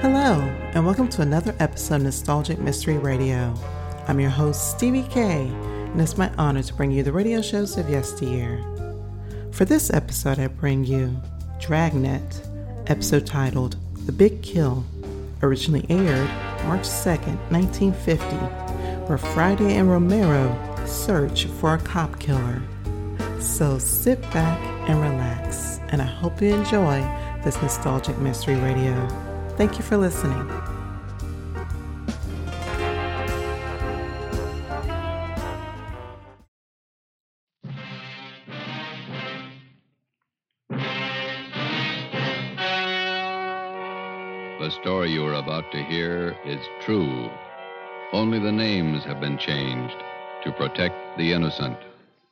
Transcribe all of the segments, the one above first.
Hello, and welcome to another episode of Nostalgic Mystery Radio. I'm your host, Stevie K, and it's my honor to bring you the radio shows of yesteryear. For this episode, I bring you Dragnet, episode titled The Big Kill, originally aired March 2nd, 1950, where Friday and Romero search for a cop killer. So sit back and relax, and I hope you enjoy this nostalgic mystery radio. Thank you for listening. The story you are about to hear is true. Only the names have been changed to protect the innocent.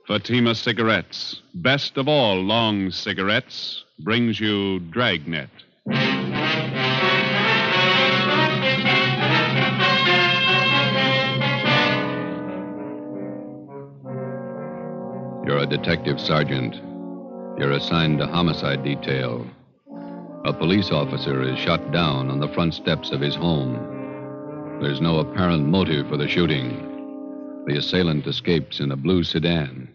Fatima Cigarettes, best of all long cigarettes, brings you Dragnet. You're a detective sergeant. You're assigned to homicide detail. A police officer is shot down on the front steps of his home. There's no apparent motive for the shooting. The assailant escapes in a blue sedan.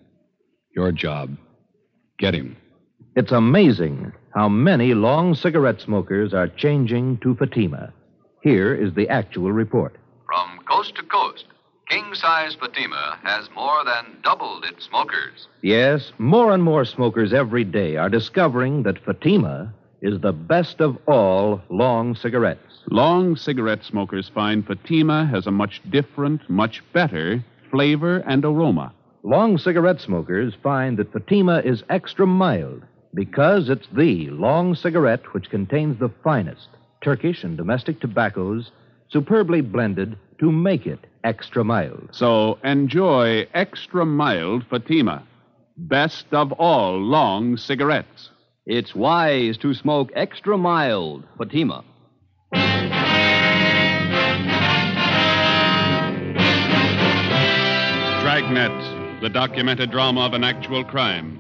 Your job get him. It's amazing how many long cigarette smokers are changing to Fatima. Here is the actual report. From coast to coast, king size Fatima has more than doubled its smokers. Yes, more and more smokers every day are discovering that Fatima is the best of all long cigarettes. Long cigarette smokers find Fatima has a much different, much better flavor and aroma. Long cigarette smokers find that Fatima is extra mild because it's the long cigarette which contains the finest Turkish and domestic tobaccos superbly blended to make it extra mild. So enjoy extra mild Fatima, best of all long cigarettes. It's wise to smoke extra mild Fatima. Dragnet, the documented drama of an actual crime.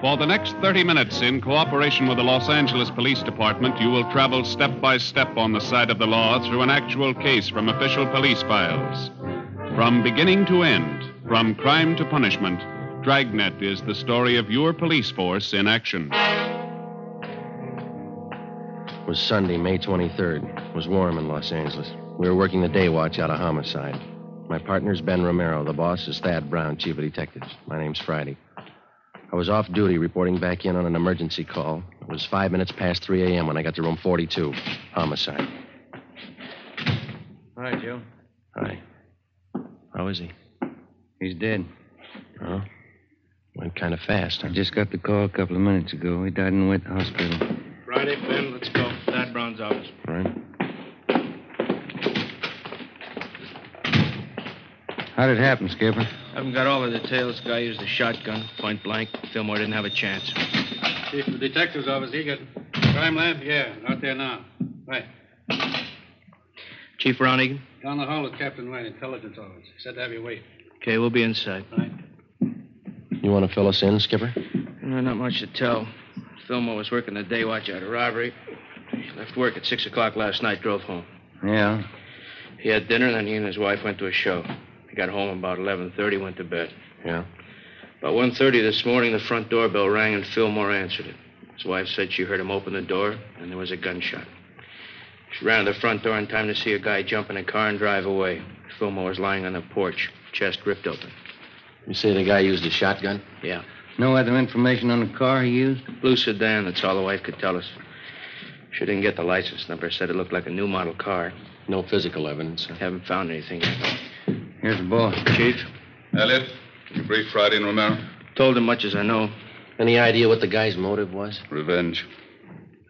For the next 30 minutes, in cooperation with the Los Angeles Police Department, you will travel step by step on the side of the law through an actual case from official police files. From beginning to end, from crime to punishment, Dragnet is the story of your police force in action. It was Sunday, May 23rd. It was warm in Los Angeles. We were working the day watch out of homicide. My partner's Ben Romero. The boss is Thad Brown, chief of detectives. My name's Friday. I was off duty reporting back in on an emergency call. It was five minutes past 3 a.m. when I got to room 42, homicide. Hi, Joe. Hi. How is he? He's dead. Huh? Went kind of fast, huh? I just got the call a couple of minutes ago. He died in the wet hospital. Friday, Ben, let's go. Thad Brown's office. All right. How'd it happen, Skipper? Haven't got all the details. Guy used a shotgun, point blank. Fillmore didn't have a chance. Chief of Detectives Office, he got crime lab? Yeah, out there now. Right. Chief Ronigan? Down the hall is Captain White, Intelligence Office. He said to have you wait. Okay, we'll be inside. Right. You want to fill us in, Skipper? No, Eh, not much to tell. Fillmore was working the day watch out of robbery. He left work at 6 o'clock last night, drove home. Yeah. He had dinner, then he and his wife went to a show. He got home about 11.30, went to bed. Yeah. About 1.30 this morning, the front doorbell rang and Fillmore answered it. His wife said she heard him open the door, and there was a gunshot. She ran to the front door in time to see a guy jump in a car and drive away. Fillmore was lying on the porch, chest ripped open. You say the guy used a shotgun? Yeah. No other information on the car he used? Blue sedan, that's all the wife could tell us. She didn't get the license number, said it looked like a new model car. No physical evidence. huh? Haven't found anything yet. Here's the boy. Chief, Elliot, you brief Friday and Romero? told him much as I know. Any idea what the guy's motive was? Revenge.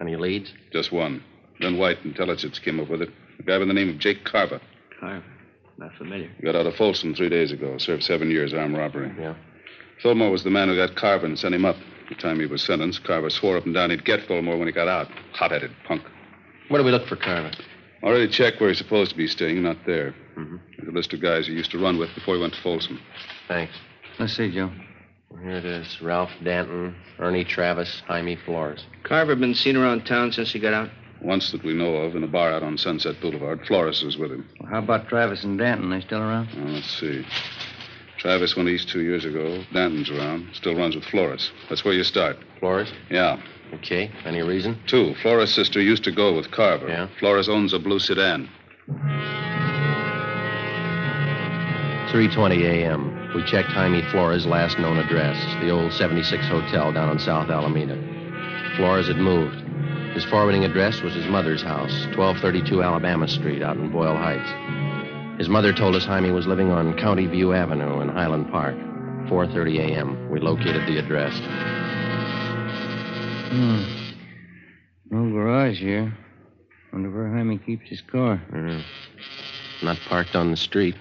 Any leads? Just one. Then White Intelligence came up with it. A guy by the name of Jake Carver. Car, not familiar. Got out of Folsom three days ago. Served seven years armed robbery. Yeah. Fillmore was the man who got Carver and sent him up. By the time he was sentenced, Carver swore up and down he'd get Fillmore when he got out. Hot-headed punk. Where do we look for Carver? Already checked where he's supposed to be staying. Not there. There's a list of guys he used to run with before he went to Folsom. Mm-hmm. Thanks. Let's see, Joe. Here it is. Ralph Danton, Ernie Travis, Jaime Flores. Carver been seen around town since he got out? Once that we know of in a bar out on Sunset Boulevard. Flores was with him. How about Travis and Danton? They still around? Now, Uh, let's see. Travis went east two years ago. Danton's around. Still runs with Flores. That's where you start. Flores? Yeah. Okay. Any reason? Two. Flores' sister used to go with Carver. Yeah. Flores owns a blue sedan. 3:20 a.m. We checked Jaime Flores' last known address, the old 76 Hotel down on South Alameda. Flores had moved. His forwarding address was his mother's house, 1232 Alabama Street, out in Boyle Heights. His mother told us Jaime was living on County View Avenue in Highland Park. 4:30 a.m. We located the address. Hmm. No garage here. Wonder where Jaime keeps his car. Mm. Not parked on the street.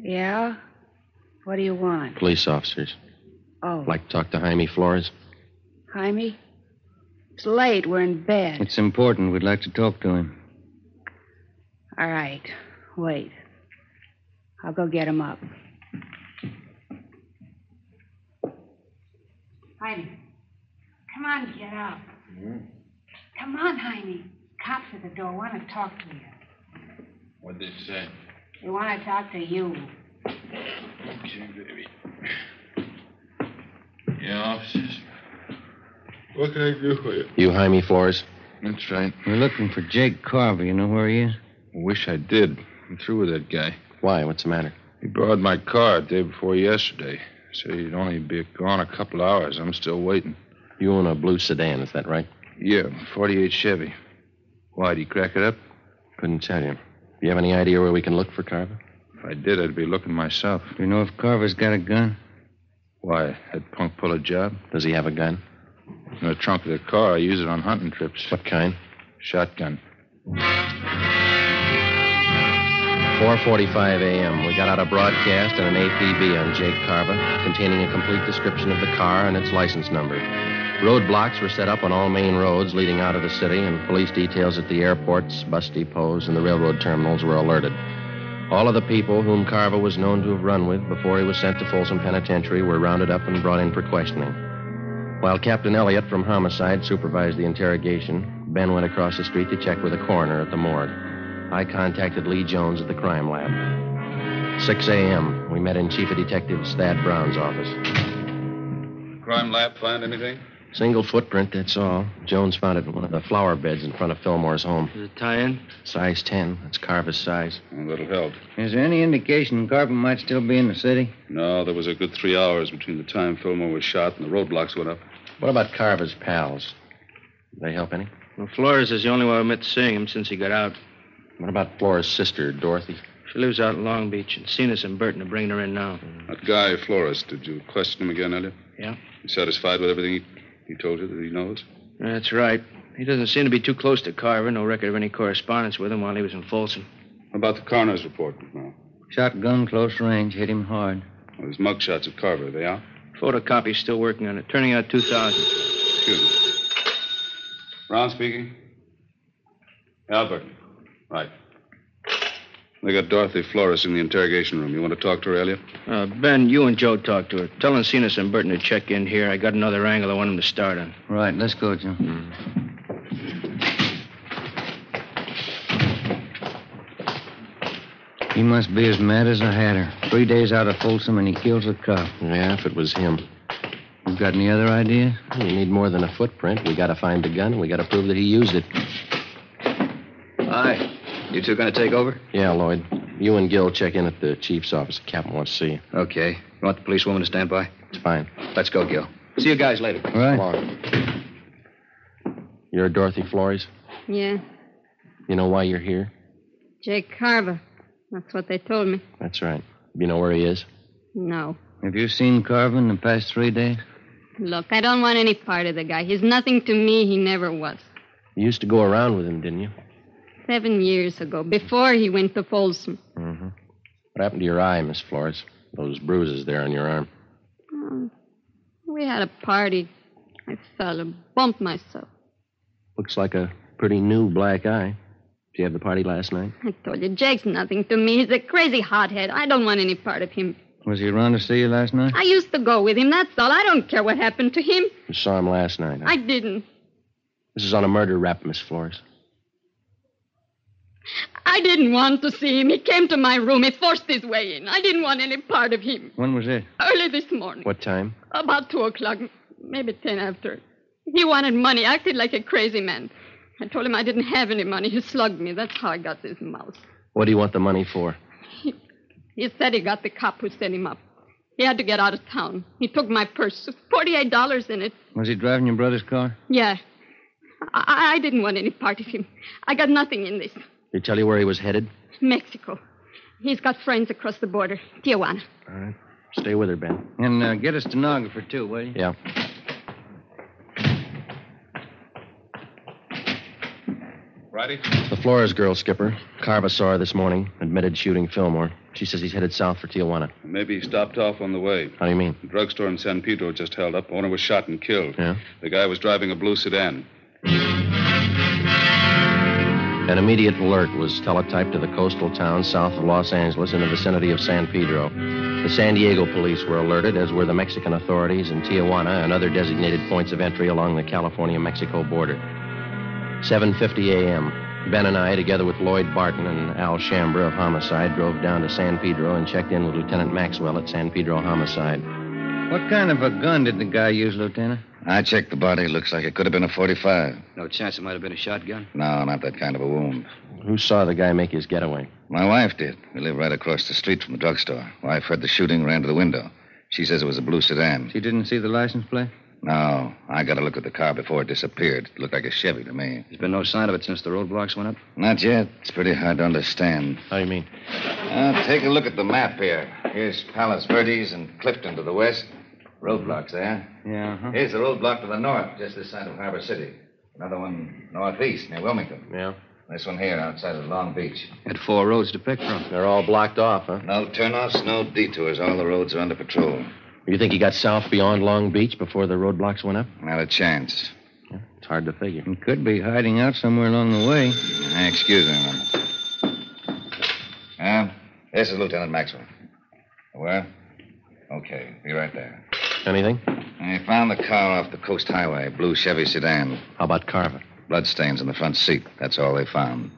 Yeah? What do you want? Police officers. Oh, Like to talk to Jaime Flores. Jaime? It's late. We're in bed. It's important. We'd like to talk to him. All right. Wait. I'll go get him up. Jaime. Come on, get up. Come on, Jaime. Cops at the door want to talk to you. What'd they say? They want to talk to you. Okay, baby. Yeah, officers. What can I do for you? You, Jaime Flores? That's right. We're looking for Jake Carver. You know where he is? Wish I did. I'm through with that guy. Why? What's the matter? He borrowed my car day before yesterday. Said he'd only be gone a couple hours. I'm still waiting. You own a blue sedan, is that right? Yeah, 48 Chevy. Why'd he crack it up? Couldn't tell you. You have any idea where we can look for Carver? If I did, I'd be looking myself. Do you know if Carver's got a gun? Why, that punk pull a job? Does he have a gun? In the trunk of the car, I use it on hunting trips. What kind? Shotgun. 4:45 a.m. We got out a broadcast and an APB on Jake Carver, containing a complete description of the car and its license number. Roadblocks were set up on all main roads leading out of the city, and police details at the airports, bus depots, and the railroad terminals were alerted. All of the people whom Carver was known to have run with before he was sent to Folsom Penitentiary were rounded up and brought in for questioning. While Captain Elliott from Homicide supervised the interrogation, Ben went across the street to check with the coroner at the morgue. I contacted Lee Jones at the crime lab. 6 a.m. We met in Chief of Detectives Thad Brown's office. Crime lab find anything? Single footprint, that's all. Jones found it in one of the flower beds in front of Fillmore's home. Is it tie-in? Size 10. That's Carver's size. that'll help. Is there any indication Carver might still be in the city? No, there was a good three hours between the time Fillmore was shot and the roadblocks went up. What about Carver's pals? They help any? Well, Flores is the only one I admit seeing him since he got out. What about Flora's sister, Dorothy? She lives out in Long Beach, and Cena's and Burton are bringing her in now. That guy, Flores, did you question him again, Elliot? Yeah. You satisfied with everything he, he told you that he knows? That's right. He doesn't seem to be too close to Carver. No record of any correspondence with him while he was in Folsom. About the coroner's report? No. Shotgun close range hit him hard. Well, there's mug shots of Carver. Are they out? Photocopy's still working on it, turning out 2,000. Excuse me. Brown speaking. Albert. Right. They got Dorothy Flores in the interrogation room. You want to talk to her, Elliot? Uh, ben, you and Joe talk to her. Tell Encinas and Burton to check in here. I got another angle I want them to start on. Right, let's go, Joe. He must be as mad as a hatter. Three days out of Folsom, and he kills a cop. Yeah, if it was him. You got any other ideas? You need more than a footprint. We gotta find the gun, and we gotta prove that he used it. Hi. You two gonna take over? Yeah, Lloyd. You and Gil check in at the chief's office. The captain wants to see you. Okay. You want the policewoman to stand by? It's fine. Let's go, Gil. See you guys later. All right. You're Dorothy Flores? Yeah, You know why you're here? Jake Carver. That's what they told me. That's right. You know where he is? No. Have you seen Carver in the past three days? Look, I don't want any part of the guy. He's nothing to me. He never was. You used to go around with him, didn't you? Seven years ago, before he went to Folsom. Mm-hmm. What happened to your eye, Miss Flores? Those bruises there on your arm. Oh, we had a party. I fell and bumped myself. Looks like a pretty new black eye. Did you have the party last night? I told you, Jake's nothing to me. He's a crazy hothead. I don't want any part of him. Was he around to see you last night? I used to go with him, that's all. I don't care what happened to him. You saw him last night. huh? I didn't. This is on a murder rap, Miss Flores. I didn't want to see him. He came to my room. He forced his way in. I didn't want any part of him. When was it? Early this morning, What time? about two o'clock, maybe ten after. He wanted money, acted like a crazy man. I told him I didn't have any money. He slugged me. That's how I got this mouse. What do you want the money for? He said he got the cop who sent him up. He had to get out of town. He took my purse, forty-eight dollars in it. Was he driving your brother's car? Yeah, I, I didn't want any part of him. I got nothing in this. Did he tell you where he was headed? Mexico. He's got friends across the border, Tijuana. All right. Stay with her, Ben. And uh, get a stenographer, too, will you? Yeah. Friday? The Flores girl, Skipper. Carva saw her this morning, admitted shooting Fillmore. She says he's headed south for Tijuana. Maybe he stopped off on the way. How do you mean? The drugstore in San Pedro just held up. Owner was shot and killed. Yeah? The guy was driving a blue sedan. An immediate alert was teletyped to the coastal town south of Los Angeles in the vicinity of San Pedro. The San Diego police were alerted, as were the Mexican authorities in Tijuana and other designated points of entry along the California-Mexico border. 7:50 a.m. Ben and I, together with Lloyd Barton and Al Shambra of Homicide, drove down to San Pedro and checked in with Lieutenant Maxwell at San Pedro Homicide. What kind of a gun did the guy use, Lieutenant? I checked the body. Looks like it could have been a 45. No chance it might have been a shotgun. No, not that kind of a wound. Who saw the guy make his getaway? My wife did. We live right across the street from the drugstore. Wife heard the shooting, ran to the window. She says it was a blue sedan. She didn't see the license plate? No, I got a look at the car before it disappeared. It looked like a Chevy to me. There's been no sign of it since the roadblocks went up. Not yet. It's pretty hard to understand. How do you mean? Uh, take a look at the map here. Here's Palos Verdes and Clifton to the west. Roadblocks there. Yeah, huh? Here's the roadblock to the north, just this side of Harbor City. Another one northeast near Wilmington. Yeah. This one here outside of Long Beach. Had four roads to pick from. They're all blocked off, huh? No turnoffs, no detours. All the roads are under patrol. You think he got south beyond Long Beach before the roadblocks went up? Not a chance. Hmm. It's hard to figure. He could be hiding out somewhere along the way. Uh, excuse me a minute. Uh, this is Lieutenant Maxwell. Where? Okay, be right there. Anything? I found the car off the Coast Highway, blue Chevy sedan. How about Carver? Bloodstains in the front seat. That's all they found.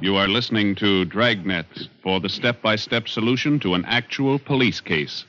You are listening to Dragnet for the step by step solution to an actual police case.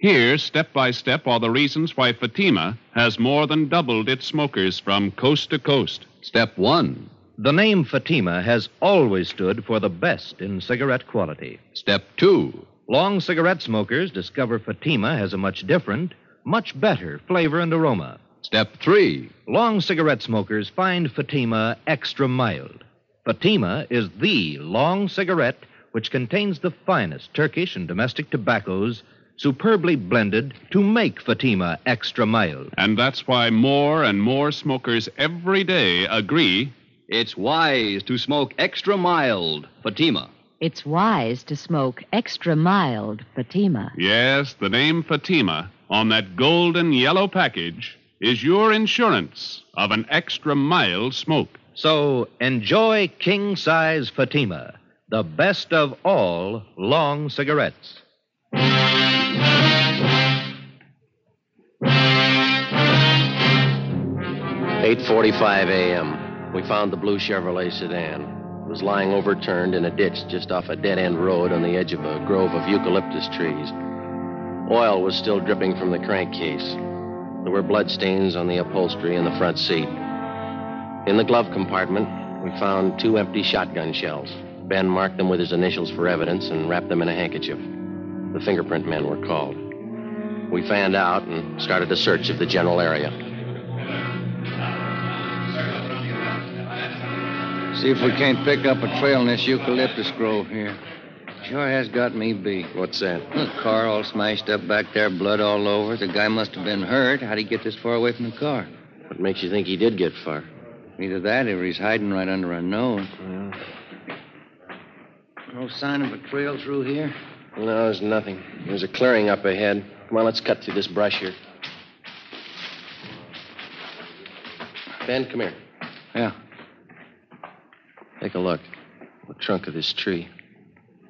Here, step by step, are the reasons why Fatima has more than doubled its smokers from coast to coast. Step one. The name Fatima has always stood for the best in cigarette quality. Step two. Long cigarette smokers discover Fatima has a much different, much better flavor and aroma. Step three. Long cigarette smokers find Fatima extra mild. Fatima is the long cigarette which contains the finest Turkish and domestic tobaccos, superbly blended to make Fatima extra mild. And that's why more and more smokers every day agree it's wise to smoke extra mild, Fatima. It's wise to smoke extra mild Fatima. Yes, the name Fatima on that golden yellow package is your insurance of an extra mild smoke. So enjoy king size Fatima, the best of all long cigarettes. Eight forty-five a.m. We found the blue Chevrolet sedan. It was lying overturned in a ditch just off a dead-end road on the edge of a grove of eucalyptus trees. Oil was still dripping from the crankcase. There were bloodstains on the upholstery and the front seat. In the glove compartment, we found two empty shotgun shells. Ben marked them with his initials for evidence and wrapped them in a handkerchief. The fingerprint men were called. We fanned out and started a search of the general area. See if we can't pick up a trail in this eucalyptus grove here. Sure has got me beat. What's that? The car all smashed up back there, blood all over. The guy must have been hurt. How'd he get this far away from the car? What makes you think he did get far? Either that or he's hiding right under our nose. No sign of a trail through here? No, there's nothing. There's a clearing up ahead. Come on, let's cut through this brush here. Ben, come here. Yeah. Take a look. The trunk of this tree.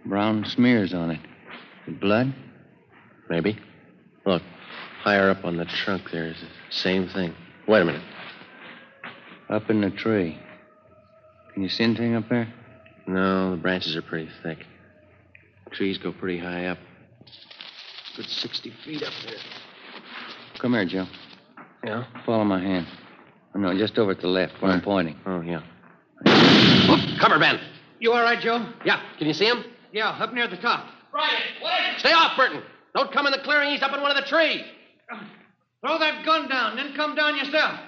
Brown smears on it. Blood? Maybe. Look, higher up on the trunk there's the same thing. Wait a minute. Up in the tree. Can you see anything up there? No, the branches are pretty thick. Trees go pretty high up. Good 60 feet up there. Come here, Joe. Yeah? Follow my hand. Oh, no, just over to the left where I'm pointing. Oh, yeah. Cover, Ben. You all right, Joe? Yeah, can you see him? Yeah, up near the top. Brian, wait! Stay off, Burton. Don't come in the clearing. He's up in one of the trees. Throw that gun down, then come down yourself.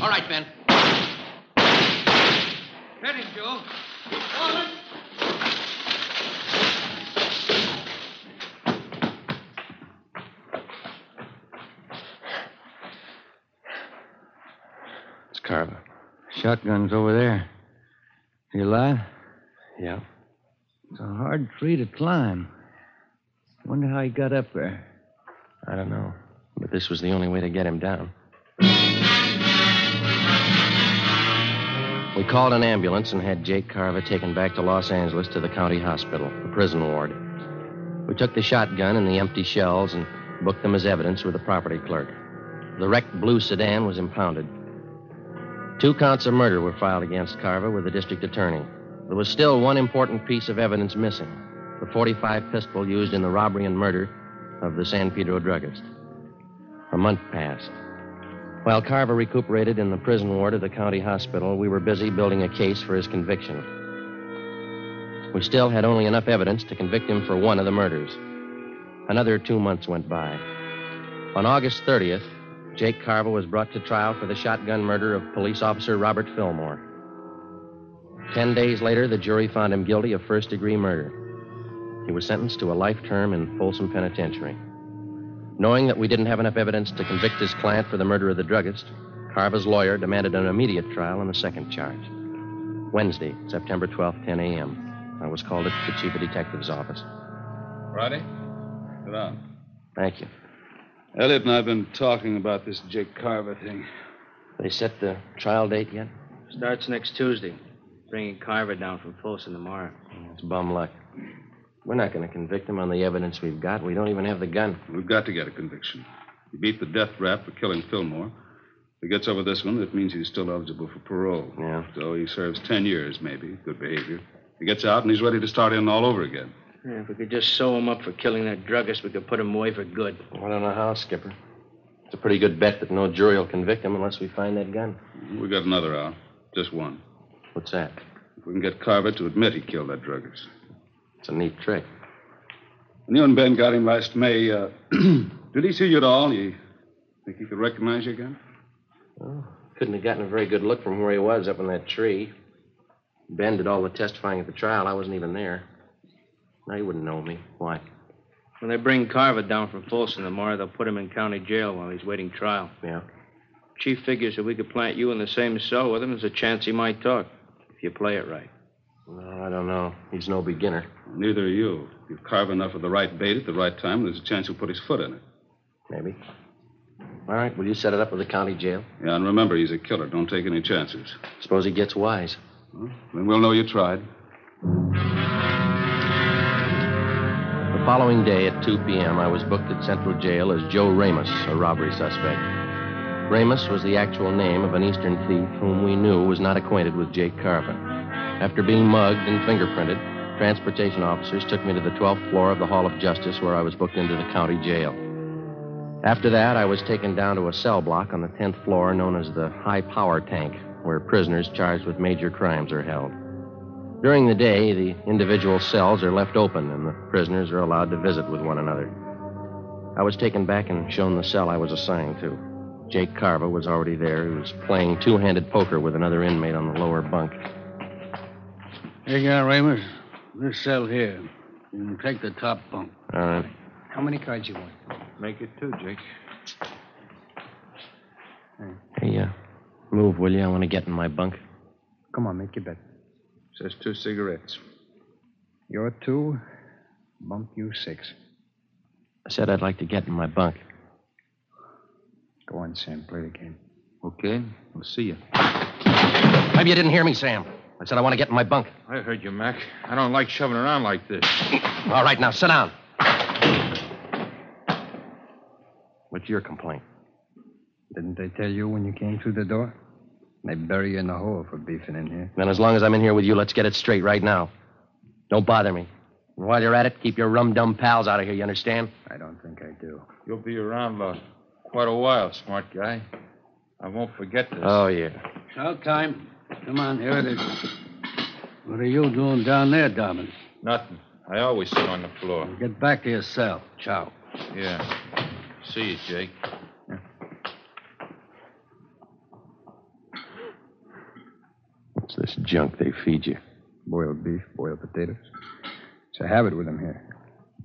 All right, Ben. That is Joe. Wallet. It's Carver. Shotgun's over there. He alive? Yeah. It's a hard tree to climb. Wonder how he got up there. I don't know. But this was the only way to get him down. We called an ambulance and had Jake Carver taken back to Los Angeles to the county hospital, the prison ward. We took the shotgun and the empty shells and booked them as evidence with the property clerk. The wrecked blue sedan was impounded. Two counts of murder were filed against Carver with the district attorney. There was still one important piece of evidence missing the 45 pistol used in the robbery and murder of the San Pedro druggist. A month passed. While Carver recuperated in the prison ward of the county hospital, we were busy building a case for his conviction. We still had only enough evidence to convict him for one of the murders. Another two months went by. On August 30th, Jake Carver was brought to trial for the shotgun murder of police officer Robert Fillmore. Ten days later, the jury found him guilty of first degree murder. He was sentenced to a life term in Folsom Penitentiary. Knowing that we didn't have enough evidence to convict his client for the murder of the druggist, Carver's lawyer demanded an immediate trial on the second charge. Wednesday, September 12th, 10 a.m. I was called up to the chief of detective's office. Friday? Sit down. Thank you. Elliot and I have been talking about this Jake Carver thing. They set the trial date yet? Starts next Tuesday. Bringing Carver down from Folsom tomorrow. It's bum luck. We're not going to convict him on the evidence we've got. We don't even have the gun. We've got to get a conviction. He beat the death rap for killing Fillmore. If he gets over this one, that means he's still eligible for parole. Yeah. So he serves 10 years, maybe. Good behavior. He gets out and he's ready to start in all over again. Yeah, if we could just sew him up for killing that druggist, we could put him away for good. I don't know how, Skipper. It's a pretty good bet that no jury will convict him unless we find that gun. We got another hour. Just one. What's that? If we can get Carver to admit he killed that druggist. It's a neat trick. When you and Ben got him last May, uh, did he see you at all? You think he could recognize you again? Well, couldn't have gotten a very good look from where he was up in that tree. Ben did all the testifying at the trial. I wasn't even there. Now he wouldn't know me. Why? When they bring Carver down from Folsom tomorrow, they'll put him in county jail while he's waiting trial. Yeah. Chief figures if we could plant you in the same cell with him, there's a chance he might talk, if you play it right. No, I don't know. He's no beginner. Neither are you. If you carve enough of the right bait at the right time, there's a chance he'll put his foot in it. Maybe. All right, will you set it up with the county jail? Yeah, and remember, he's a killer. Don't take any chances. Suppose he gets wise. Then we'll know you tried. The following day at 2 p.m., I was booked at Central Jail as Joe Ramos, a robbery suspect. Ramos was the actual name of an Eastern thief whom we knew was not acquainted with Jake Carver. After being mugged and fingerprinted, transportation officers took me to the 12th floor of the Hall of Justice where I was booked into the county jail. After that, I was taken down to a cell block on the 10th floor known as the High Power Tank, where prisoners charged with major crimes are held. During the day, the individual cells are left open and the prisoners are allowed to visit with one another. I was taken back and shown the cell I was assigned to. Jake Carver was already there. He was playing two handed poker with another inmate on the lower bunk. Here you are, Ramos. This cell here. You can take the top bunk. All right. How many cards you want? Make it two, Jake. Hey, uh, move, will you? I want to get in my bunk. Come on, make your bet. Says two cigarettes. You're two, bunk you six. I said I'd like to get in my bunk. Go on, Sam, play the game. Okay, we'll see you. Maybe you didn't hear me, Sam. I said I want to get in my bunk. I heard you, Mac. I don't like shoving around like this. All right, now sit down. What's your complaint? Didn't they tell you when you came through the door? They bury you in the hole for beefing in here. Then, as long as I'm in here with you, let's get it straight right now. Don't bother me. And while you're at it, keep your rum dum pals out of here, you understand? I don't think I do. You'll be around for quite a while, smart guy. I won't forget this. Oh, yeah. About time. Come on, here it is. What are you doing down there, Dobbins? Nothing. I always sit on the floor. Get back to your cell. Ciao. Yeah. See you, Jake. It's this junk they feed you. Boiled beef, boiled potatoes. It's a habit with them here.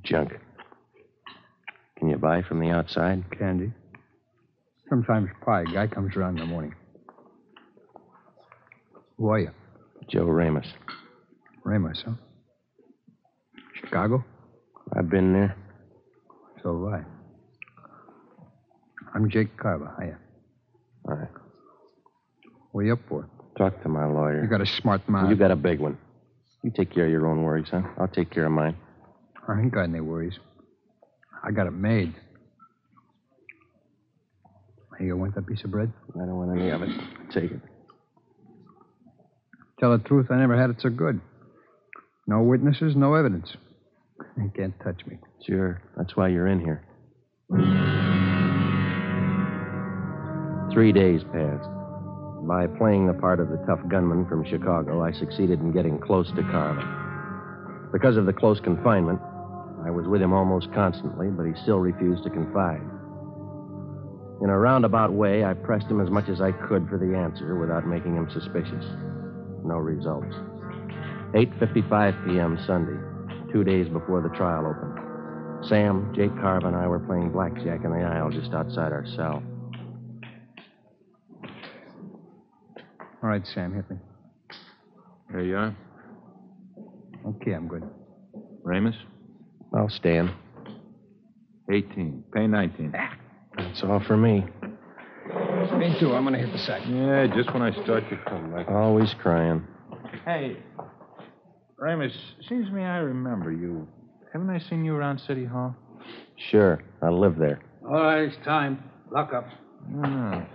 Junk. Can you buy from the outside? Candy. Sometimes pie. Guy comes around in the morning. Who are you? Joe Ramos. Ramos, huh? Chicago? I've been there. So have I. I'm Jake Carver. Hiya. All right. What are you up for? Talk to my lawyer. You got a smart mind. You got a big one. You take care of your own worries, huh? I'll take care of mine. I ain't got any worries. I got it made. Hey, you want that piece of bread? I don't want any of it. Take it. Tell the truth, I never had it so good. No witnesses, no evidence. You can't touch me. Sure. That's why you're in here. Three days passed. By playing the part of the tough gunman from Chicago, I succeeded in getting close to Carver. Because of the close confinement, I was with him almost constantly, but he still refused to confide. In a roundabout way, I pressed him as much as I could for the answer without making him suspicious. No results. 8:55 p.m. Sunday, 2 days before the trial opened. Sam, Jake Carver, and I were playing blackjack in the aisle just outside our cell. All right, Sam, hit me. Here you are. Okay, I'm good. Ramos, I'll stand. 18. Pay 19. That's all for me. Ah, Me too. I'm gonna hit the sack. Yeah, just when I start to come back. Always crying. Hey, Ramos, seems to me I remember you. Haven't I seen you around City Hall? Sure, I live there. All right, it's time. Lock up. Hmm. No,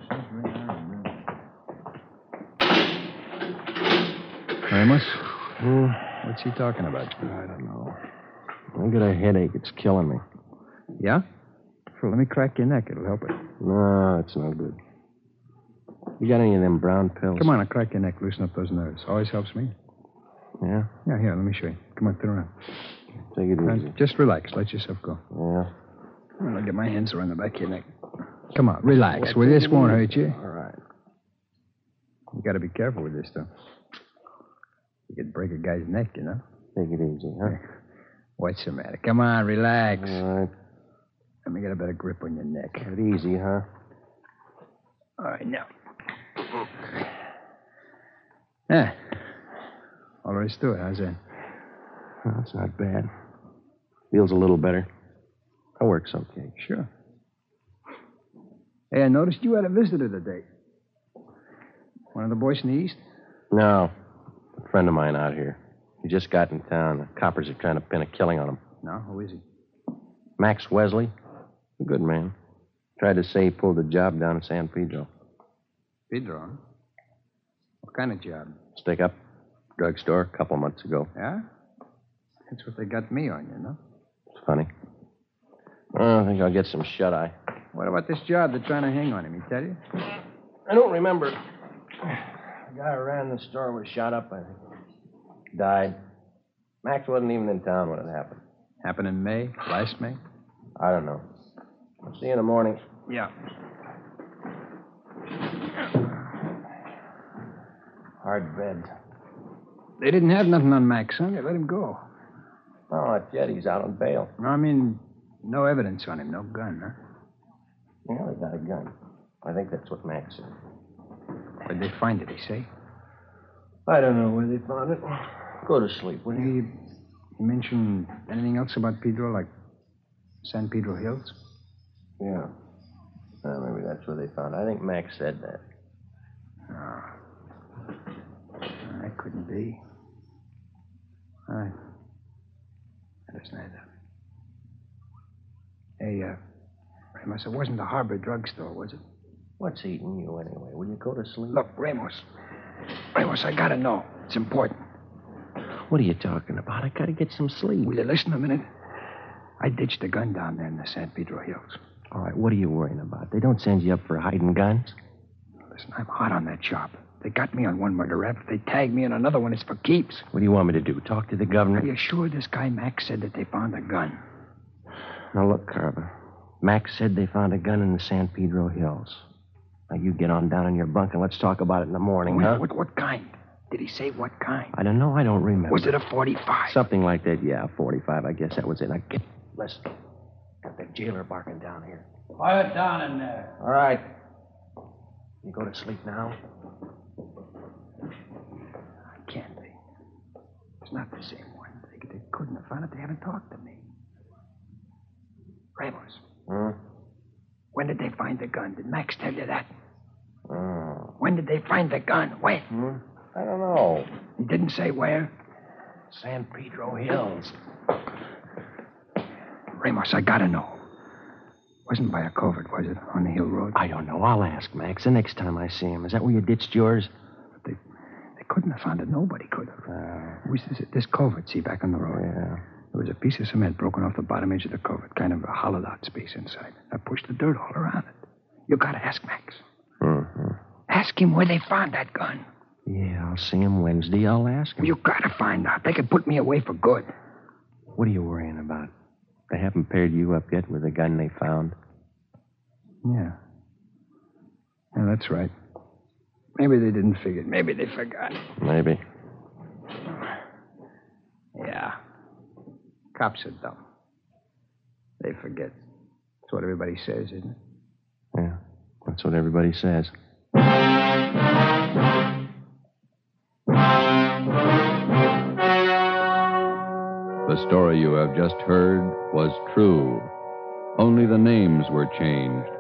Ramos? Hmm, What's he talking about? I don't know. I got a headache. It's killing me. Yeah? Sure, let me crack your neck. It'll help it. No, it's no good. You got any of them brown pills? Come on, I'll crack your neck. Loosen up those nerves. Always helps me. Yeah? Yeah, here, let me show you. Come on, turn around. Take it Now, easy. just relax. Let yourself go. Yeah. I'm gonna get my hands around the back of your neck. Come on, relax. Well, this won't hurt you. All right. You gotta be careful with this, though. You could break a guy's neck, you know. Take it easy, huh? What's the matter? Come on, relax. All right. Let me get a better grip on your neck. Take it easy, huh? All right, now. Mm-hmm. Yeah. All there is to it. How's that? Well, that's not bad. Feels a little better. That works okay. Sure. Hey, I noticed you had a visitor today. One of the boys in the east? No. A friend of mine out here. He just got in town. The coppers are trying to pin a killing on him. No, who is he? Max Wesley, a good man. Tried to say he pulled a job down in San Pedro. Pedro. huh? What kind of job? Stick up. Drugstore a couple months ago. Yeah? That's what they got me on, you know? It's funny. Oh, I think I'll get some shut eye. What about this job they're trying to hang on him, he tell you? I don't remember. The guy who ran the store was shot up, I think. Died. Max wasn't even in town when it happened. Happened in May, last May? I don't know. I'll see you in the morning. Yeah. Hard bed. They didn't have nothing on Max, huh? They let him go. Oh, not yet. He's out on bail. I mean, no evidence on him, no gun, huh? Yeah, they got a gun. I think that's what Max said. Where'd they find it, they say? I don't know where they found it. Go to sleep, will you? He, he mentioned anything else about Pedro, like San Pedro Hills? Yeah. Well, maybe that's where they found it. I think Max said that. That couldn't be. All right. That doesn't add up. Hey, uh, Ramos, it wasn't the Harbor drugstore, was it? What's eating you anyway? Will you go to sleep? Look, Ramos. Ramos, I gotta know. It's important. What are you talking about? I gotta get some sleep. Will you listen a minute? I ditched the gun down there in the San Pedro Hills. All right, what are you worrying about? They don't send you up for hiding guns. Listen, I'm hot on that job. They got me on one murder rap. If they tag me on another one, it's for keeps. What do you want me to do? Talk to the governor? Are you sure this guy Max said that they found a gun? Now look, Carver. Max said they found a gun in the San Pedro Hills. Now you get on down in your bunk and let's talk about it in the morning, What- huh? What, what kind? Did he say what kind? I don't know. I don't remember. Was it a 45? Something like that. Yeah, 45. I guess that was it. Now get. Listen. Got that jailer barking down here. Quiet down in there. All right. You go to sleep now. Can't they? It's not the same one. They, they couldn't have found it. They haven't talked to me. Ramos, Huh? when did they find the gun? Did Max tell you that? Oh. When did they find the gun? When? Hmm? I don't know. He didn't say where. San Pedro Hills. Ramos, I gotta know. Wasn't by a covert, was it? On the hill road? I don't know. I'll ask Max the next time I see him. Is that where you ditched yours? They couldn't have found it. Nobody could have. it was this, this covert, see, back on the road. Uh. Yeah. There was a piece of cement broken off the bottom edge of the covert, kind of a hollowed out space inside. I pushed the dirt all around it. You gotta ask Max. Ask him where they found that gun. Yeah, I'll see him Wednesday. I'll ask him. You gotta find out. They could put me away for good. What are you worrying about? They haven't paired you up yet with the gun they found. Yeah. Yeah, that's right. Maybe they didn't figure it. Maybe they forgot. Maybe. Yeah. Cops are dumb. They forget. That's what everybody says, isn't it? Yeah. That's what everybody says. The story you have just heard was true. Only the names were changed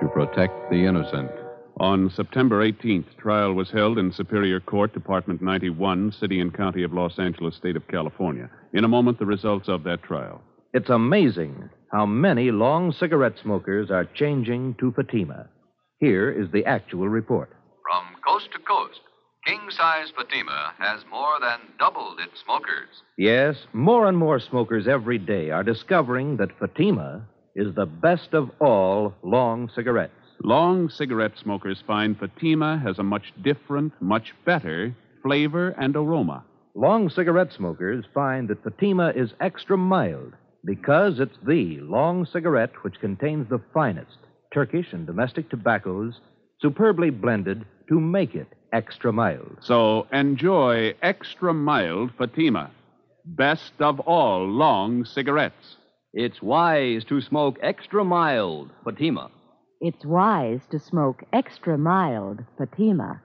to protect the innocent. On September 18th, trial was held in Superior Court, Department 91, City and County of Los Angeles, State of California. In a moment, the results of that trial. It's amazing how many long cigarette smokers are changing to Fatima. Here is the actual report. From coast to coast, king size Fatima has more than doubled its smokers. Yes, more and more smokers every day are discovering that Fatima is the best of all long cigarettes. Long cigarette smokers find Fatima has a much different, much better flavor and aroma. Long cigarette smokers find that Fatima is extra mild because it's the long cigarette which contains the finest Turkish and domestic tobaccos superbly blended to make it extra mild. So enjoy extra mild Fatima. Best of all long cigarettes. It's wise to smoke extra mild Fatima. It's wise to smoke extra mild Fatima.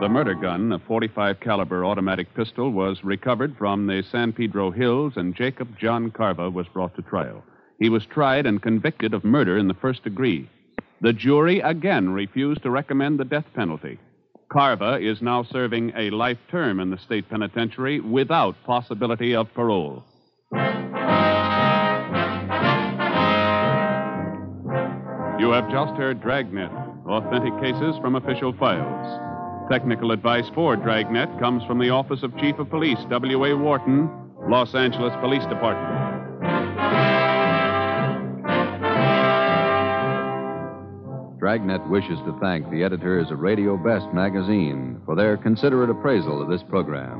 The murder gun, a 45 caliber automatic pistol, was recovered from the San Pedro Hills and Jacob John Carva was brought to trial. He was tried and convicted of murder in the first degree. The jury again refused to recommend the death penalty. Carva is now serving a life term in the state penitentiary without possibility of parole. You have just heard Dragnet, authentic cases from official files. Technical advice for Dragnet comes from the Office of Chief of Police, W.A. Wharton, Los Angeles Police Department. Dragnet wishes to thank the editors of Radio Best magazine for their considerate appraisal of this program.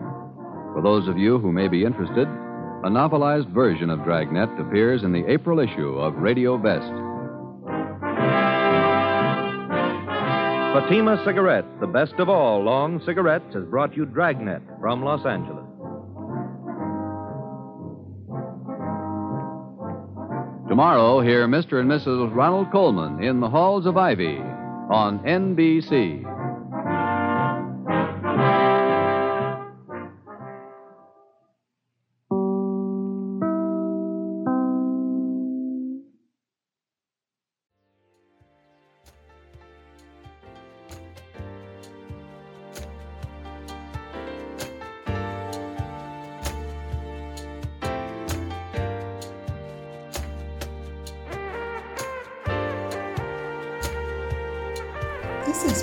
For those of you who may be interested, a novelized version of Dragnet appears in the April issue of Radio Best. Fatima Cigarette, the best of all long cigarettes, has brought you Dragnet from Los Angeles. Tomorrow, hear Mr. and Mrs. Ronald Coleman in the Halls of Ivy on NBC. This has